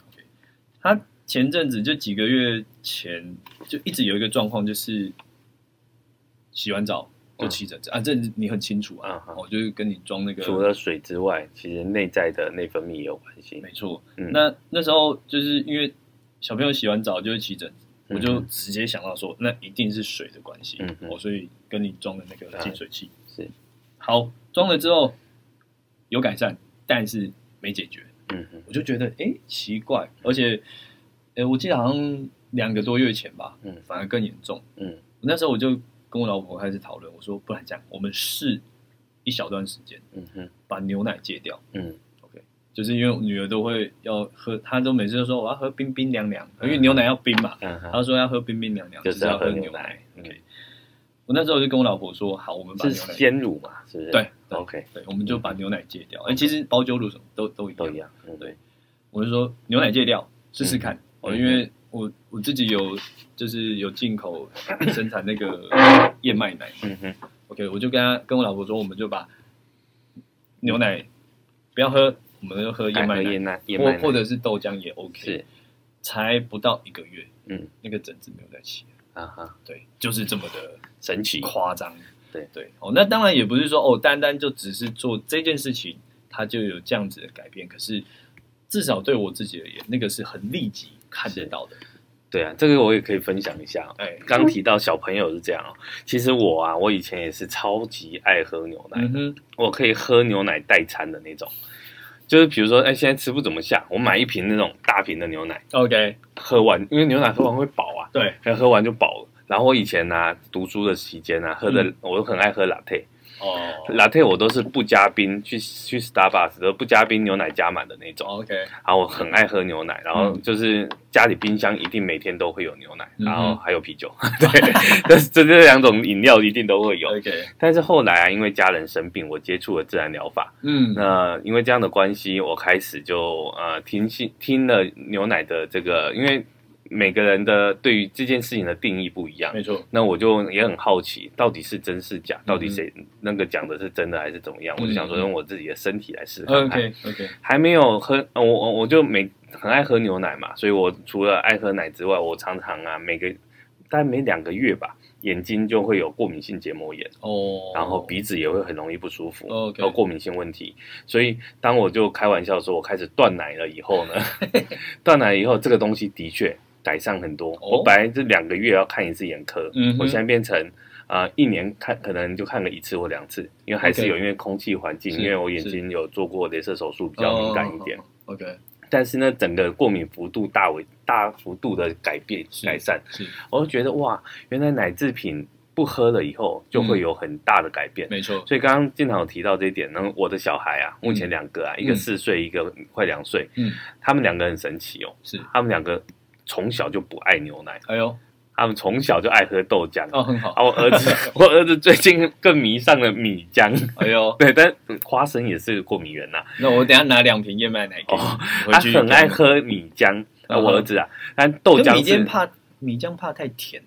他前阵子就几个月前就一直有一个状况，就是洗完澡
嗯
就起疹子、啊，这你很清楚啊。
嗯嗯
我、就是跟你装那个，
除了水之外，其实内在的内分泌也有关系
没。错。
嗯
那那时候就是因为小朋友洗完澡就会起疹子，
嗯
我就直接想到说，那一定是水的关系。哦
嗯嗯
我、所以跟你装的那个净水器、
是
好装了之后有改善，但是没解决。
嗯嗯
我就觉得哎、诶奇怪，而且，哎、我记得好像两个多月前吧，
嗯
反而更严重。
嗯
那时候我就跟我老婆开始讨论，我说不然这样，我们试一小段时间
嗯嗯
把牛奶戒掉。
嗯
OK，就是因为我女儿都会要喝，她都每次都说我要喝冰冰凉凉，因为牛奶要冰嘛，
嗯哼，
她说要喝冰冰凉凉，
就是是要喝
喝
牛
奶
奶。嗯
OK，我那时候就跟我老婆说，好，我们把
是
牛奶，
鲜乳嘛，是不是？
对对
，OK，
对，我们就把牛奶戒掉。哎、其实保酒乳什么都都一
嗯都
样
一。样，嗯
对，我就说牛奶戒掉试试看，哦，
嗯
因为我我自己有就是有进口 生产那 个燕麦奶
嗯哼，
，OK，我就跟他跟我老婆说，我们就把牛奶不要喝，我们就喝燕麦
改喝
奶，
燕麦燕
或
麦奶
或者是豆浆也 OK，
是，
才不到一个月，
嗯，
那个疹子没有再起，
啊哈，
对，就是这么的
神奇，
夸张。
对
对，哦，那当然也不是说哦，单单就只是做这件事情，它就有这样子的改变。可是至少对我自己而言，那个是很立即看得到的。
对啊，这个我也可以分享一下哦。
哎，
刚提到小朋友是这样哦，其实我啊，我以前也是超级爱喝牛奶，
嗯哼，
我可以喝牛奶代餐的那种，就是比如说，哎，现在吃不怎么下，我买一瓶那种大瓶的牛奶，
，OK，
喝完，因为牛奶喝完会饱啊，
对，
喝完就饱了。然后我以前呢、读书的期间呢、啊喝的、
嗯
我很爱喝 latte，latte
哦
我都是不加冰，去去 Starbucks 都不加冰，牛奶加满的那种。
哦，OK，
然后我很爱喝牛奶，然后
嗯
就是家里冰箱一定每天都会有牛奶，
嗯哼
然后还有啤酒，对，但是这这两种饮料一定都会有。
，OK，
但是后来啊，因为家人生病，我接触了自然疗法。
嗯，
那因为这样的关系，我开始就呃听信听了牛奶的这个，因为每个人的对于这件事情的定义不一样
没。错，
那我就也很好奇，到底是真是假，到底谁那个讲的是真的还是怎么样？我就想说
嗯嗯嗯哦
用我自己的身体来试试看看。
，OK，OK，
还没有喝，呃我我我就每很爱喝牛奶嘛，所以我除了爱喝奶之外，我常常啊每个大概每两个月吧，眼睛就会有过敏性结膜炎。
哦，
然后鼻子也会很容易不舒服，
哦，OK
然后过敏性问题。所以当我就开玩笑说我开始断奶了以后呢， 断奶以后这个东西的确改善很多。
哦
我本来这两个月要看一次眼科，
嗯哼
我现在变成啊、呃一年看可能就看个一次或两次，因为还是
OK
有因为空气环境，
是
因为我眼
是
睛有做过镭射手术，比较敏感一点。
哦，OK，
但是呢，整个过敏幅度大为大幅度的改变
是
改善，
是，
我就觉得哇，原来奶制品不喝了以后就
嗯
会有很大的改变。
没错，
所以刚刚建堂有提到这一点，然后我的小孩啊，目前两个啊，一个四岁，一个快两岁，
嗯，
他们两个很神奇哦，
是，
他们两个从小就不爱牛奶，
哎呦，
他们从小就爱喝豆浆。
哦，很好，
啊，我儿 子，我儿子最近更迷上了米浆，
哎呦，
对，但嗯花生也是过敏源呐、
那我等一下拿两瓶燕麦奶给你，
哦
你
他
回去
很爱
跟
喝米浆。啊，
嗯
我儿子啊，但豆
可
浆
米浆
是，
怕米浆怕太甜，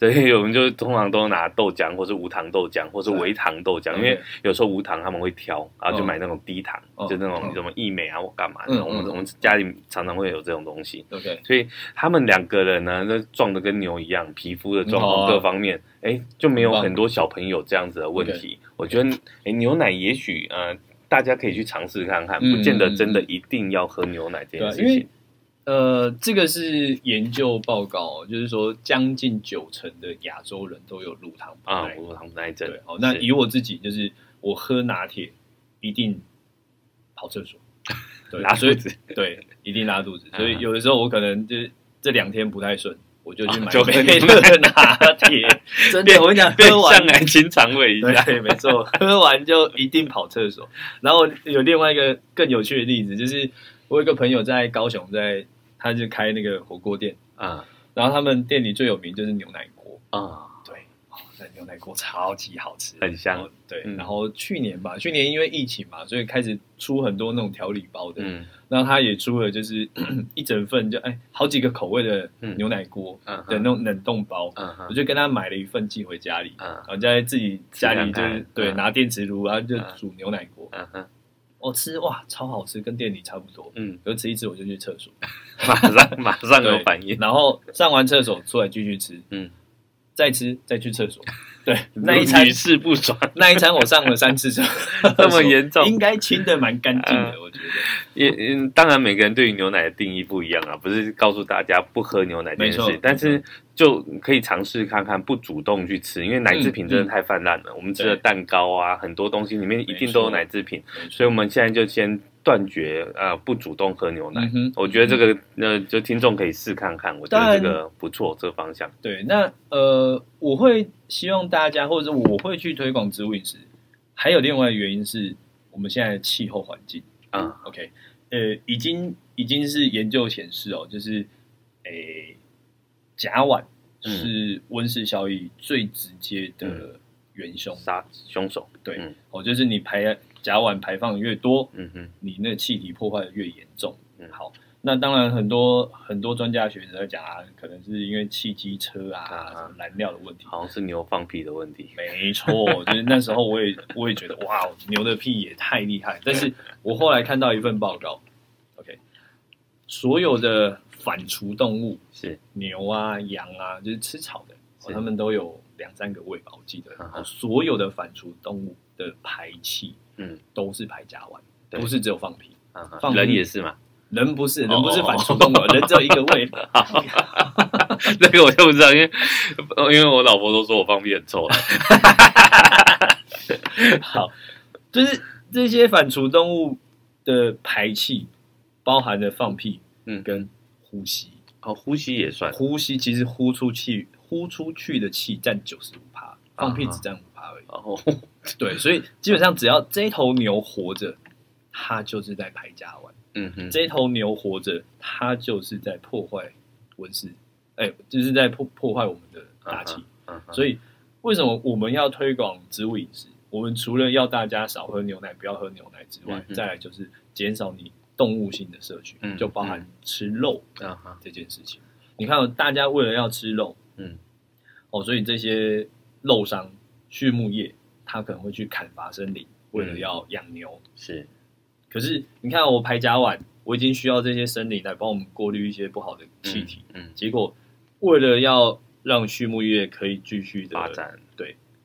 所以我们就通常都拿豆浆，或是无糖豆浆，或是
对
微糖豆浆，因
OK
为有时候无糖他们会挑，然后就
嗯
买那种低糖，
嗯
就那种
嗯
什么益美啊或干嘛
嗯
的。我们
嗯
我们家里常常会有这种东西，
OK，
所以他们两个人呢，都壮的跟牛一样，皮肤的状
很好
况
啊
各方面，哎，就没有
很棒
很多小朋友这样子的问题。我觉得，哎，牛奶也许呃，大家可以去尝试看看，
嗯
不见得
嗯
真的
嗯
一定要喝牛奶这
对
件
啊
事
因为
情。
呃，这个是研究报告，就是说将近九成的亚洲人都有乳糖不
啊
耐。，
无糖不耐症
对，，好，那
是
以我自己就是我喝拿铁一定跑厕 所，对，
拉
所
肚
以
子
对一定拉肚子，
嗯
所以有的时候我可能就是这两天不太顺，我就去买
啊就喝
一杯热拿 铁，真的，我跟你讲，
变
喝完
相来清肠胃一下。
对，没 错，喝完就一定跑厕所。然后有另外一个更有趣的例子，就是我有一个朋友在高雄在，他就开那个火锅店，
啊
然后他们店里最有名就是牛奶锅，
啊，
对，哦那牛奶锅超级好吃，
很香
然后对，
嗯
然后去年吧，去年因为疫情嘛，所以开始出很多那种调理包的，
嗯
然后他也出了就是 一整份就哎好几个口味的
嗯
牛奶锅
嗯
的那种冷冻包，
嗯
我
嗯
就跟他买了一份寄回家里。
嗯
然后在自己家里
吃
就是
看看
对
嗯
拿电磁炉，然后就
嗯
煮牛奶锅。
嗯嗯
我、吃哇，超好吃，跟店里差不多。
嗯，
可是吃一吃我就去厕所，
马上马上有
对
反应。
然后上完厕所出来继续吃，
嗯，
再吃再去厕 所。对，那一餐
屡试不爽，
那一餐我上了三次厕，
这么严重
应该清的蛮干净的，我觉得。
也嗯，当然每个人对于牛奶的定义不一样啊，不是告诉大家不喝牛奶这件
没
事
错，
但是就可以尝试看看，不主动去吃，因为奶制品真的
嗯嗯
太泛滥了。我们吃的
对
蛋糕啊，很多东西里面一定都有奶制品，所以
以，
我们现在就先断绝呃不主动喝牛奶。
嗯哼
我觉得这个呃，就听众可以试看看，我觉
当
得
然
这个不错，这个方向。
对，那呃，我会希望大家，或者是我会去推广植物饮食。还有另外一个原因是，我们现在的气候环境
嗯
OK，呃，已经已经是研究显示哦，就是诶，甲烷
嗯
是温室效益最直接的元凶。
杀凶手，
对、
嗯
哦，就是你排甲烷排放越多，
嗯哼，
你那个气体破坏得越严重。
嗯
好，那当然很多很多专家学者在讲啊，可能是因为汽机车啊、
啊
什么燃料的问题。
好像是牛放屁的问题，
没错，就是那时候我也 我也觉得哇，牛的屁也太厉害。但是我后来看到一份报告，OK，所有的反刍动物，
是
牛啊、羊啊，就是吃草的，
是
哦、他们都有两三个胃吧，我记得。
嗯
哦
哼
所有的反刍动物的排气
嗯
都是排甲烷，
对
不是只有放屁。
嗯
放
哼，
屁
人也是嘛，
人不是
哦
人不是反刍动物，人只有一个 胃。
这个我就不知道，因为呃因为我老婆都说我放屁很 臭了，啊
好，就是这些反刍动物的排气包含着放屁
嗯，
跟呼吸。
哦，呼吸也算，
呼吸其实呼出气，呼出去的气占九十五趴，
啊
放屁只占五趴而已。
然后
对，所以基本上只要这头牛活着，它就是在排甲烷；
嗯哼，
这头牛活着，它就是在破坏温室，哎、就是在破破坏我们的大气。
嗯哼
所以为什么我们要推广植物饮食？我们除了要大家少喝牛奶、不要喝牛奶之外
嗯，哼
再来就是减少你动物性的摄取，
嗯
就包含吃肉。
嗯哼，
这件事情。你看哦，大家为了要吃肉
嗯
哦，所以这些肉商、畜牧业，他可能会去砍伐森林，为
嗯
了要养牛。
是，
可是你看哦，我排甲烷，我已经需要这些森林来帮我们过滤一些不好的
嗯
气体。
嗯，
结果为了要让畜牧业可以继续的
发，展，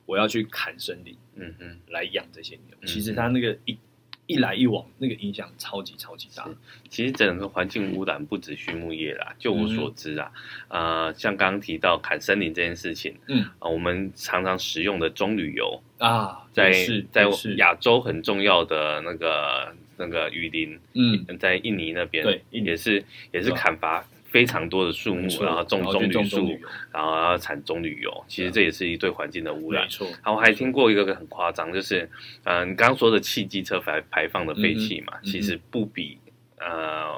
我要去砍森林
嗯哼，
来养这些牛。
嗯
其实它那个一一来一往，那个影响超级超级大
是。其实整个环境污染不止畜牧业啦，就我
嗯
所知啊，呃，像刚刚提到砍森林这件事情，
嗯
啊、我们常常使用的棕榈油，
啊，
在
也是
在
也是
亚洲很重要的那个那个雨林，
嗯
在印尼那边，
对印尼
也是也是
对啊
砍伐非常多的树
没
木，
错
然后种
然后
棕
去种
榈
棕
树
榈，油啊
然后要产棕榈油，其实这也是一对环境的污染
没。错。
然后我还听过一个很夸张，就是，呃，你刚刚说的汽机车排排放的废气嘛，
嗯哼
其实不比呃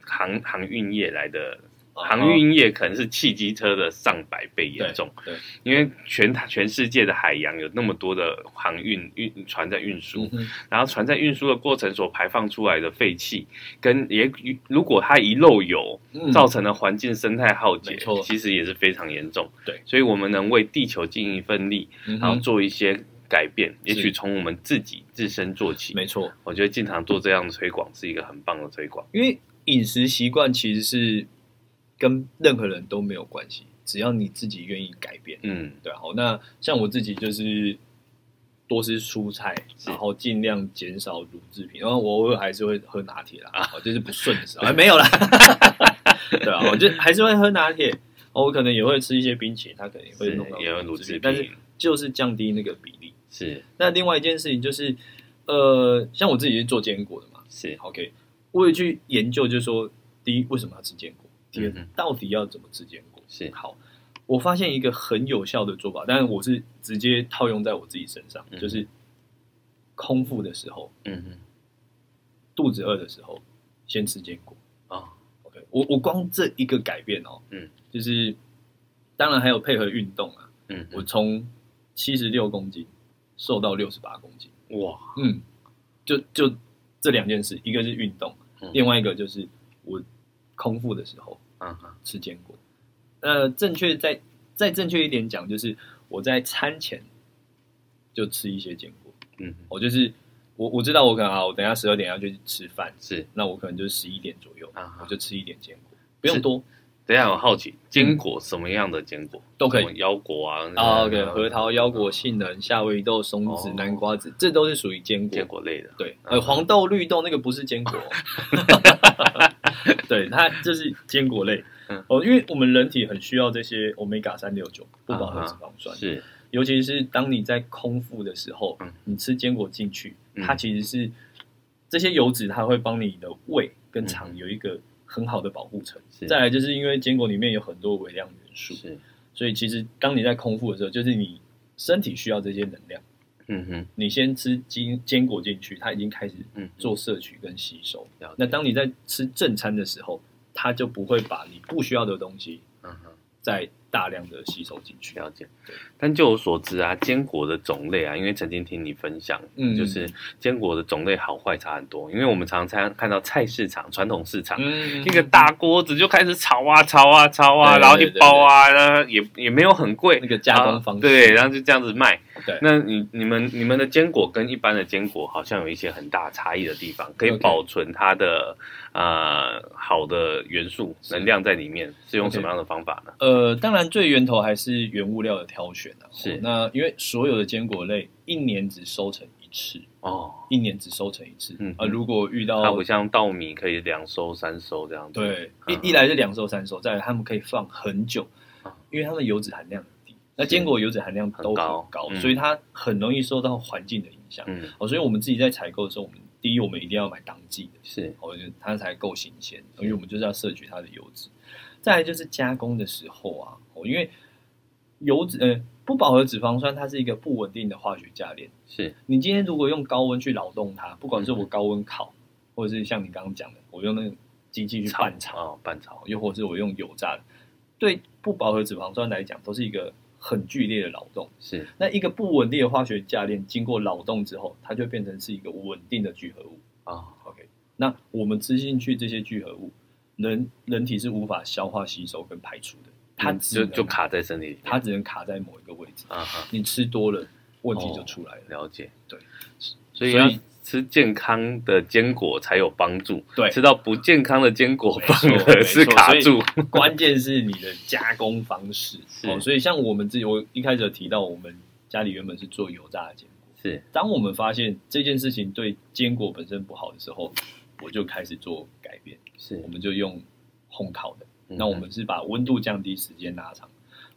航航运业来的，
啊
航运业可能是汽机车的上百倍严重，
对对
因为全全世界的海洋有那么多的航运运船在运输，
嗯
然后船在运输的过程所排放出来的废气，跟也如果它一漏油，
哼
造成了环境生态浩劫
嗯没错，
其实也是非常严重。
对
所以我们能为地球尽一份力。
嗯
然后
哼
做一些改变，也
是
许从我们自己自身做起。
没错，
我觉得经常做这样的推广是一个很棒的推广。
因为饮食习惯其实是跟任何人都没有关系，只要你自己愿意改变。
嗯
对啊，好，那像我自己就是多吃蔬菜，
是
然后尽量减少乳制品，然后我偶尔还是会喝拿铁啦，啊，就是不顺的时候，哎，没有啦， 对啊，我就还是会喝拿铁。哦，我可能也会吃一些冰淇淋，它可能也会
是
弄到
也会
乳
乳
制
制品，
品但是就是降低那个比例。
是
那另外一件事情就是，呃，像我自己是做坚果的嘛
是，
，OK，我也去研究，就是说，第一，为什么要吃坚果？第二
嗯哼，
到底要怎么吃坚果？
是
好，我发现一个很有效的做法，但是我是直接套用在我自己身上，
嗯哼
就是空腹的时候，
嗯哼
肚子饿的时候，先吃坚果。
哦
OK，我我光这一个改变哦，
嗯，
就是当然还有配合运动啊，
嗯
我从七十六公斤瘦到六十八公斤。
哇
嗯，就就这两件事，一个是运动，
嗯
另外一个就是我空腹的时候
嗯哼
吃坚果。呃，正确再再正确一点讲，就是我在餐前就吃一些坚果。
嗯
我就是我我知道我可能啊，我等一下十二点要去吃饭，
是
那我可能就是十一点左右，
啊
我
哈。
就吃一点坚果，不用多
等一下我好奇，坚果什么样的坚果
嗯都可
什么
以。
腰果啊
啊，OK，核桃、腰果、杏仁、夏威夷豆、松子、
哦
南瓜子，这都是属于坚果
坚。果类的。
对，
嗯
呃，黄豆、绿豆那个不是 坚果，对，它就是坚果类
嗯。
哦，因为我们人体很需要这些 omega 三六九不饱和脂肪酸，
啊是
尤其是当你在空腹的时候
嗯，
你吃坚果进去，
嗯
它其实是这些油脂，它会帮你的胃跟肠
嗯
有一个很好的保护层。
是
再来就是因为坚果里面有很多微量元素，
是
所以其实当你在空腹的时候，就是你身体需要这些能量，
嗯哼，
你先吃坚坚果进去，它已经开始
嗯，
做摄取跟吸收。
了解
那当你在吃正餐的时候，它就不会把你不需要的东西
嗯哼。
再大量的吸收进去。
了解
对，
但就我所知啊，坚果的种类啊，因为曾经听你分享，
嗯
就是坚果的种类好坏差很多。因为我们常常看到菜市场、传统市场，
嗯
一个大锅子就开始炒啊、炒啊、炒啊，
对
然后一
对对
包啊，然后也也没有很贵
那，个加工方
啊
式，
对，然后就这样子卖。
对
那你你们你们的坚果跟一般的坚果好像有一些很大差异的地方，可以
OK
保存它的呃好的元素
是
能量在里面，是用
OK
什么样的方法呢？
呃，当然最源头还是原物料的挑选啊。
是
哦那因为所有的坚果类一年只收成一次，
哦，
一年只收成一次。
嗯
啊，如果遇到
它不像稻米可以两收三收这样子。
对
嗯
一一来是两收三收，再来他们可以放很久
啊，
因为它们油脂含量很低，那坚果油脂含量都
很
很
高嗯
所以它很容易受到环境的影响。
嗯，
哦，所以我们自己在采购的时候，我们第一我们一定要买当季的，
是
哦，就它才够新鲜，因为我们就是要摄取它的油脂。再来就是加工的时候啊，哦，因为油脂呃不饱和脂肪酸它是一个不稳定的化学价链，
是，
你今天如果用高温去劳动它，不管是
嗯
我高温烤，或者是像你刚刚讲的，我用那个机器去拌炒，
哦，半炒，
又或是我用油炸的，对不饱和脂肪酸来讲都是一个很剧烈的劳动。
是
那一个不稳定的化学价链经过劳动之后，它就变成是一个稳定的聚合物。
哦，
OK，那我们吃进去这些聚合物，人人体是无法消化、吸收跟排除的，它
嗯
只
就
能、
就，卡在身体里面。
它只能卡在某一个位置。
啊哈，
你吃多了，问题就出来了。
了解。
对，
所以
所
要
以
吃健康的坚果才有帮助。
对
吃到不健康的坚果
没
反
错
而是
没错
卡
所以
住。
关键是你的加工方式。
是
哦，所以像我们自己，我一开始有提到，我们家里原本是做油炸的坚果。
是
当我们发现这件事情对坚果本身不好的时 候，我就开始做改变，
是
我，们就用烘烤的。
嗯
那我们是把温度降低，时间拉长。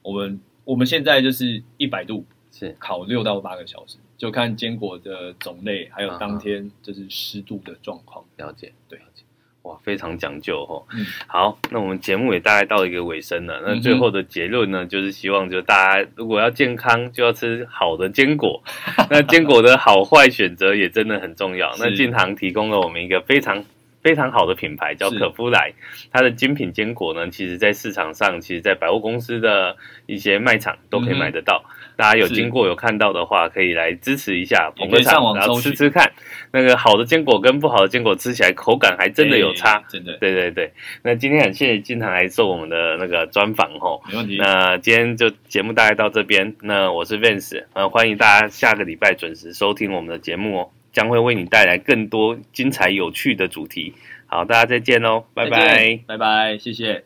我们我们现在就是一百度
是
烤六到八个小时，就看坚果的种类，还有当天就是湿度的状况。
啊了解，
对
了解，哇，非常讲究哦。
嗯
好，那我们节目也大概到一个尾声了。那最后
嗯
的结论呢，就是希望就大家如果要健康，就要吃好的坚果。 那坚果的好坏选择也真的很重要。
是
那晋堂提供了我们一个非常。非常好的品牌叫
是
可夫莱，它的精品坚果呢，其实在市场上，其实在百货公司的一些卖场都可以
嗯哼
买得到。大家有
是
经过有看到的话，可以来支持一下
也
捧
可
个
以上
场，
网
然后
搜
吃
寻
吃看。那个好的坚果跟不好的坚果吃起来口感还真的有差。
哎真的
对对对，那今天很谢谢金堂来做我们的那个专访吼。
没问题。
那今天就节目大概到这边，那我是 Vance，呃，欢迎大家下个礼拜准时收听我们的节目哦，将会为你带来更多精彩有趣的主题。好，大家再见喽，拜哦
再
拜
见。拜拜，谢谢。